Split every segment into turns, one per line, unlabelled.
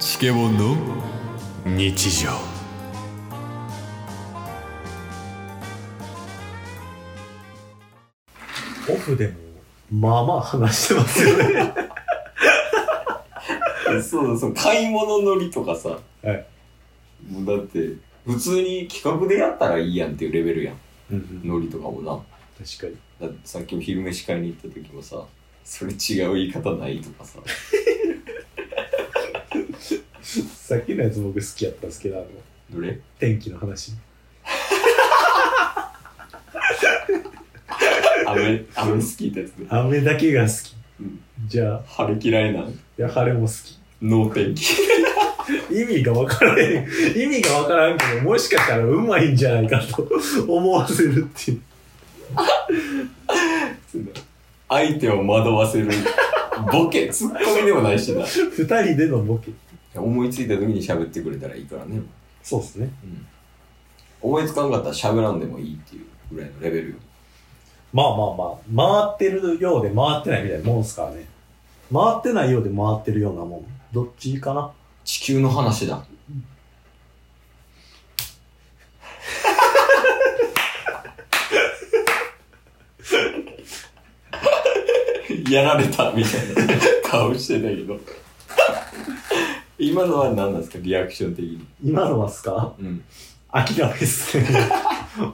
チケボンの日常
オフでも、まあまあ話してますよね。
そうそう、買い物乗りとかさ。
はい
もうだって、普通に企画でやったらいいやんっていうレベルやん。
うんうん
乗りとかもな。
確かに。
だってさっきも昼飯買いに行った時もさ、それ違う言い方ないとかさ。
さっきのやつ僕好きやったんですけど、あの、
どれ
天気の話。
雨、雨好きってやつで。
雨だけが好き。
うん
じゃあ、
晴れ嫌いない
や、晴れも好き。
脳天気。
意味がわからへん。意味がわからんけど、もしかしたらうまいんじゃないかと 思わせるっていう。
相手を惑わせる。ボケ、ツッコミでもないしな。
二人でのボケ。
思いついた時に喋ってくれたらいいからね。
そうっすね。
うん。思いつかんかったら喋らんでもいいっていうぐらいのレベルよ。
まあまあまあ、回ってるようで回ってないみたいなもんっすからね。回ってないようで回ってるようなもん。どっちかな
地球の話だ。やられたみたいな顔してたけど。今のは何なんですかリアクション的に。
今のはっすか
うん。
諦めっす ね。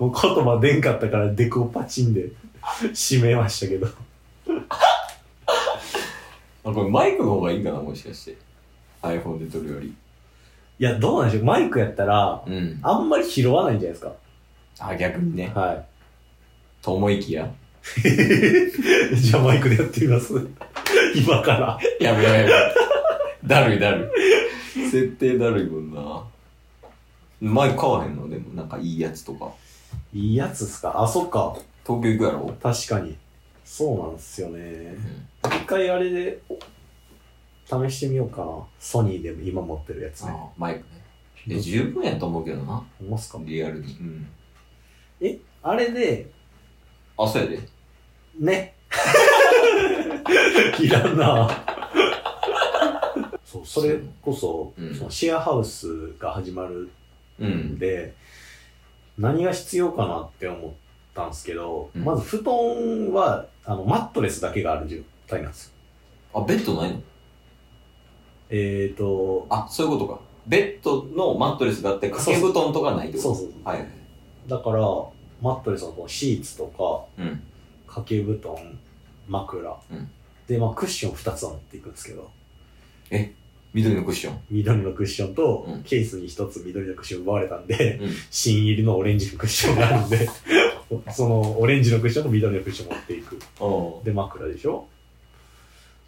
もう言葉出んかったからデコパチンで締めましたけど。
あ、これマイクの方がいいんかなもしかして。iPhone で撮るより。
いや、どうなんでしょう。マイクやったら、
うん。
あんまり拾わないんじゃないです
あ、逆にね。
か。は
と思いきや。
い。 じゃあマイクでやってみます。 今から。
やべやべやべ。だるいだるい。設定だるいもんな。前買わへんのでも、なんかいいやつとか。
いいやつっすかあ、そっか。
東京行くやろ
確かに。そうなんすよね。一回あれで、お試してみようかな。ソニーでも今持ってるやつね。
ああ、マイクね。え、十分やと思うけどな。
思っすか
リアルに。うん。
あれで、
あ、そうやで。
ね。いらんなそう、それこそ、
うん
そのシェアハウスが始まる
うんん。
で、何が必要かなって思ったんですけど、
うん
まず布団は、あの、マットレスだけがある状態なんですよ。
あ、ベッドないの
えーと、
あ、そういうことか。ベッドのマットレスがあって、掛け布団とかないってこと
そうそうそう。
はいはい。
だから、マットレスのこのシーツとか、
うん。
掛け布団、枕、
うん
で、まあクッション2つは持っていくんですけど、
緑のクッション。
緑のクッションと、
うん
ケースに1つ緑のクッション奪われたんで、
うん
新入りのオレンジのクッションがあるんで、 そのオレンジのクッションと緑のクッション持っていく。
お
で、枕でしょ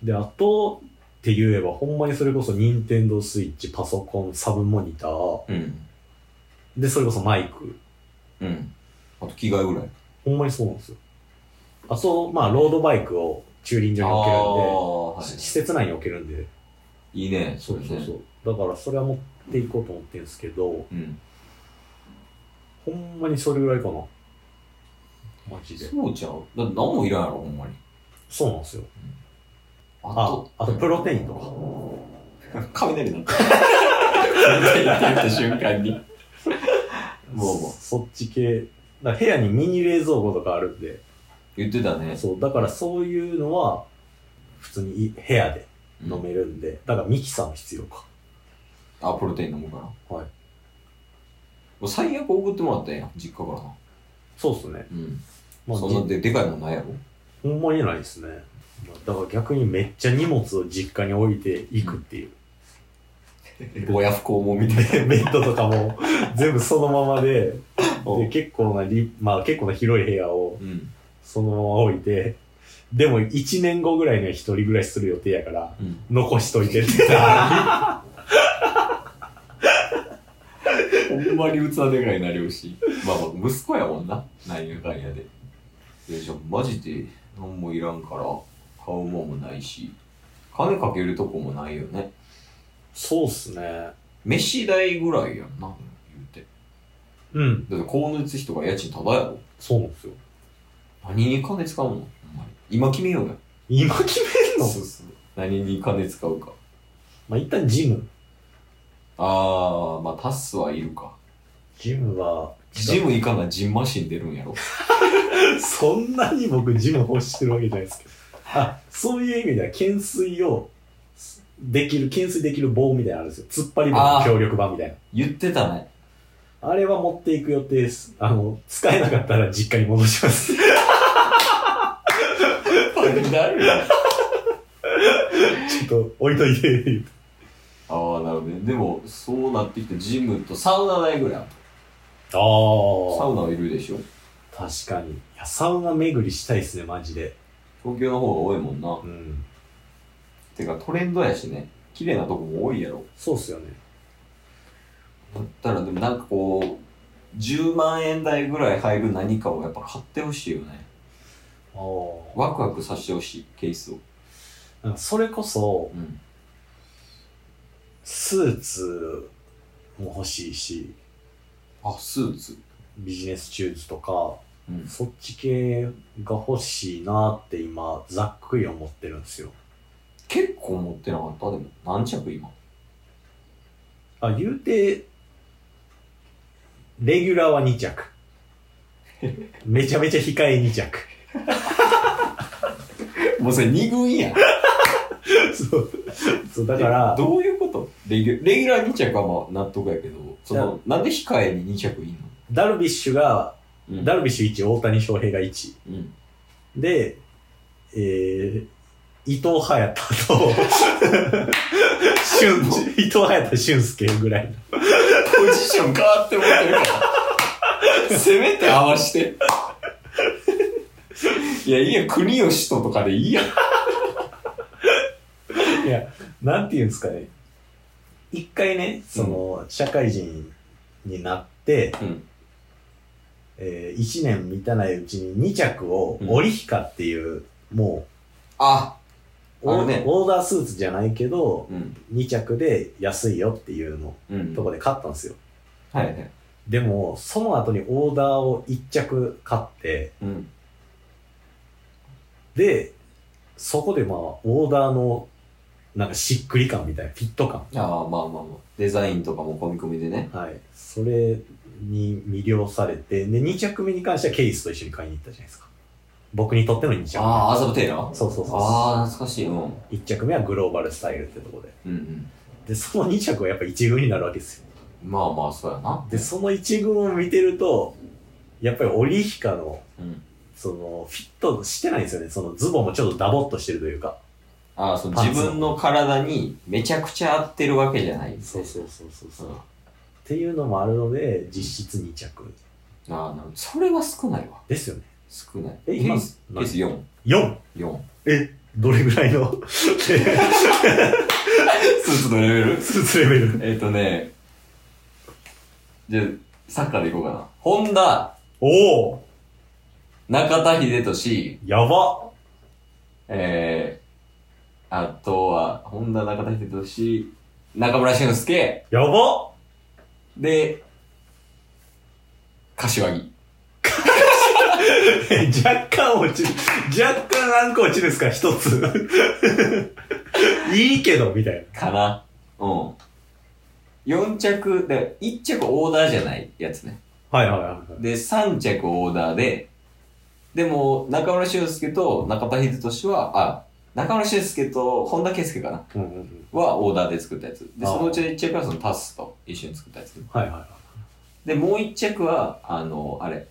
で、あと、って言えば、ほんまにそれこそ、ニンテンドースイッチ、パソコン、サブモニター、
うん。
で、それこそマイク。
うん。あと着替えぐらい。
ほんまにそうなんですよ。あそう、まあ、ロードバイクを駐輪場
あ
に置けるん
あ、
で、
は
し施設内に置けるんで、
い。いいね。。
そうそうそうう。だから、それは持っていこうと思ってるんですけど、
うん。
ほんまにそれぐらいかな。マジで。
そうちゃう。だって何もいらんやろ、ほんまに。
そうなんですよ。
あ
あ、あとプロテインとか。
雷なんか。雷って言った瞬間に。もうもう。
そそっち系。だから部屋にミニ冷蔵庫とかあるんで、
言ってたね。
そう、だからそういうのは、普通にい部屋で飲めるんで、だからミキサーも必要か。
あ、プロテイン飲むかな。
はい。
もう最悪送ってもらったんやん、実家からな。
そうっすね。
うん。
まあ、
そんな
じ
ででかいもんないやろ。
ほんまにないですね。まあだから逆にめっちゃ荷物を実家に置いていくっていう。
親不孝もみ たいな。
ベッドとかも全部そのままで、
う
で結構なリ、まあ結構な広い部屋を
うん。
そのまま置いて、でも1年後ぐらいには一人暮らしする予定やから、
うん。
残しといて って言ったら
ほんまに器でかいな、両親。まあまあ、息子やもんな。なんやかんやで。でじゃあマジで何もいらんから、買うもんもないし、金かけるとこもないよね。
そうっすね。
飯代ぐらいやんな、言うて。
うん。
だって光熱費とか家賃ただやろ。
そうなんですよ。
何に金使うのほんまに今決めようや。
今決めんの
うそう。何に金使うか。
まあ、一旦ジム。
ああ、まあタスはいるか。
ジムは、
ジム行かな、ジンマシン出るんやろ。
そんなに僕ジム欲してるわけじゃないですけど。あ、そういう意味では、懸垂を、できる、懸垂できる棒みたいなのあるんですよ。突っ張り棒の協力版みたいな。
言ってたね。
あれは持っていく予定です。あの、使えなかったら実家に戻します。 ちょっと置いといて、言って
ああ、なるほどね。でも、そうなってきたジムとサウナ代ぐらいある。サウ
あ
ナはいるでしょ。
あ。確かに。いや、サウナ巡りしたいですね、マジで。
東京の方が多いもんな。
うん。
てかトレンドやしね。綺麗なとこも多いやろ。
そうっすよね。
だったらでもなんかこう、10万円台ぐらい入る何かをやっぱ買ってほしいよね。
ああ。
ワクワクさせてほしい、ケースを。
なんかそれこそ、
うん。
スーツも欲しいし、
あ、スーツ。
ビジネスシューズとか、
うん。
そっち系が欲しいなって今、ざっくり思ってるんですよ。
結構持ってなかったでも、何着今。
あ、言うて、レギュラーは2着。めちゃめちゃ控え2着。
もうそれ2軍やん。
そう。そう、だから、
どういうことレギュレギュラー2着はまあ納得やけど、その、なんで控えに2着いん
ダルビッシュが、
のうん
ダルビッシュ1、大谷翔平が1。
うん。
で、えー、伊藤隼人と、俊、伊藤隼人俊介ぐらい
ポジション変わってもらえるから。せめて合わして。いや、いいや、国吉ととかでいいやん。
の。いや、なんていうんですかね。一回ね、その、社会人になって、
うん
えー、1年満たないうちに2着を、織ヒカっていう、も
あ、あ
う、オ
の
ー
ね
オーダースーツじゃないけど、
うん。
2着で安いよっていうの、
うん
とこで買ったんですよ。
はいはい。
でも、その後にオーダーを1着買って、
うん。
で、そこでまあ、オーダーの、なんかしっくり感みたいな、フィット感。
ああ、まあまあまあ。デザインとかも込み込みでね。
はい。それに魅了されて、で、2着目に関してはケイスと一緒に買いに行ったじゃないですか。僕にとっての2着目。
ああ、麻布テーラー
そうそうそう
ああ、懐かしい。うん。うん
1着目はグローバルスタイルってとこで。
うん。
で、その2着はやっぱ1軍になるわけですよ。
まあまあ、そうやな。
で、その1軍を見てると、やっぱりオリヒカの、
うん。
その、フィットしてないんですよね。そのズボンもちょっとダボっとしてるというか。
ああ、その
パンツ
自分の体にめちゃくちゃ合ってるわけじゃない。
そうそうそうそうそうう。
ん
っ。ていうのもあるので、実質2着
ああ、なるほどそれは少ないわ。
ですよね。
少ない。
え今
ケース、ケ
何
ース4。
4!
4。
え、どれぐらいの スー
スーツのレベル
ツレベル
えっ、とね、じゃあ、サッカーでいこうかな。ホンダ、
おお
中田秀俊、
やば
えー、あとは、ホンダ、中田秀俊、中村俊介、
やば
で、柏木。
え若干落ちる。若干何個落ちるんですか一つ。 いいけど、みたい
かな。うん。4着、で、1着オーダーじゃないやつね。
な。はいはいはい。
で、3着オーダーで、でも、中村俊介と中田秀俊は、あ、中村俊介と本田圭佑かな
うんうんうん。
はオーダーで作ったやつ。で、
あー
そのうちの1着はそのタスと一緒に作ったやつ。
はいはいは
で、もう1着は、あの、あれ、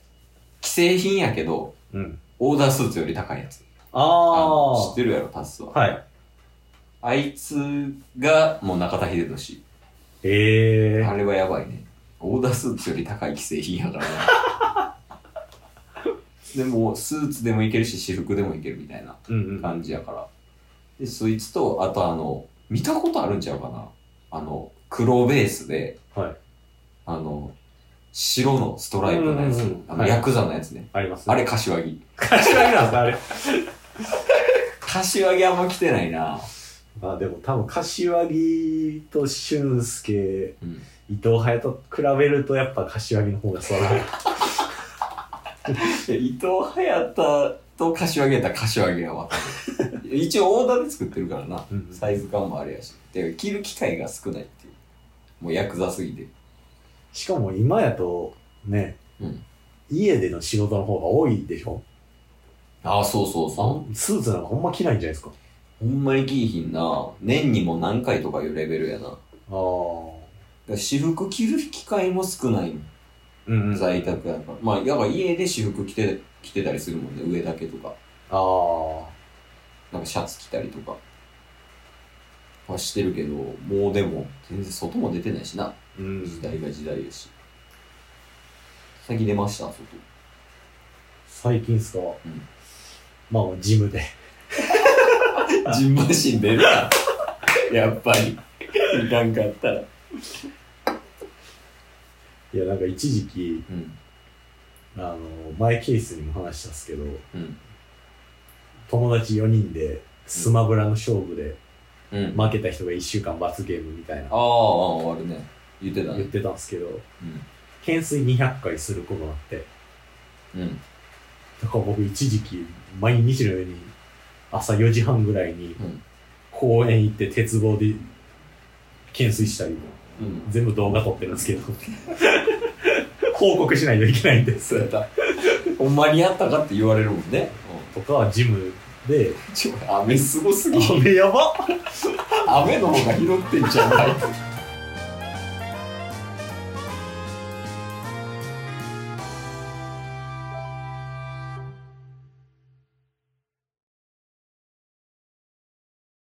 既製品やけど、
い。うん。
オーダースーツより高いやつ。あ
あ
の知っ
ー。
てるやろ、タスは。
はい。
あいつが、もう中田秀俊。
え
あれはやばいね。オーダースーツより高い既製品やからな。 でも、スーツでもいけるし、私服でもいけるみたいな
ー。うんうん。
感じやから。で、そいつと、あとあの、見たことあるんちゃうかなあの、黒ベースで、
はい。
あの、白のストライプのやつ
うんうんうん。
あの、
はい
ヤクザのやつね。
あります
あ
れ
れ、柏木。
柏木なんですかあれ。
柏木あんま来てないな。
まあでも多分柏木と俊介
うん。
伊藤隼人と比べるとやっぱ柏木の方がそら
で伊藤隼人と柏木やったら柏木やわ。 一応オーダーで作ってるからな。
うん
サイズ感もあれやし。で、着る機会が少ないっていう。もうヤクザすぎて。
しかも今やとね、
うん
家での仕事の方が多いでしょ
ああ、そうそうそ
スーツなんかほんま着ないんじゃないですか
う。ほんまに着いひんな。年にも何回とかいうレベルやな。だか
ああ
ら私服着る機会も少ないもん
うん
在宅やから。まあ、やっぱ家で私服着て、着てたりするもんね。上だけとか。
ああ
なんかシャツ着たりとか。はしてるけど、もうでも、全然外も出てないしな。
うん
時代が時代やし。先出ました、外。
最近っすか、
ん
まあジムで
ジンマシン出るな。 やっぱり。いかんかったら。
いやなんか一時期
うん。
あの前ケースにも話したっすけど
うん。
友達4人でスマブラの勝負で
うん。
負けた人が1週間罰ゲームみたい
あ
な
あ、ああるね。言ってた
言っ
ね。
てたんですけど
う
懸垂200回することになって
ん。うん。
だから僕一時期毎日のように朝4時半ぐらいに
うん
公園行って鉄棒で懸垂したり
うん。
全部動画撮ってるんですけど 報告しないといけないんです
そうやった。ほんまにやったかって言われるもんね。
とかジムで
うん。ちょ、雨すごすぎ。
雨やば
雨の方が拾ってんじゃない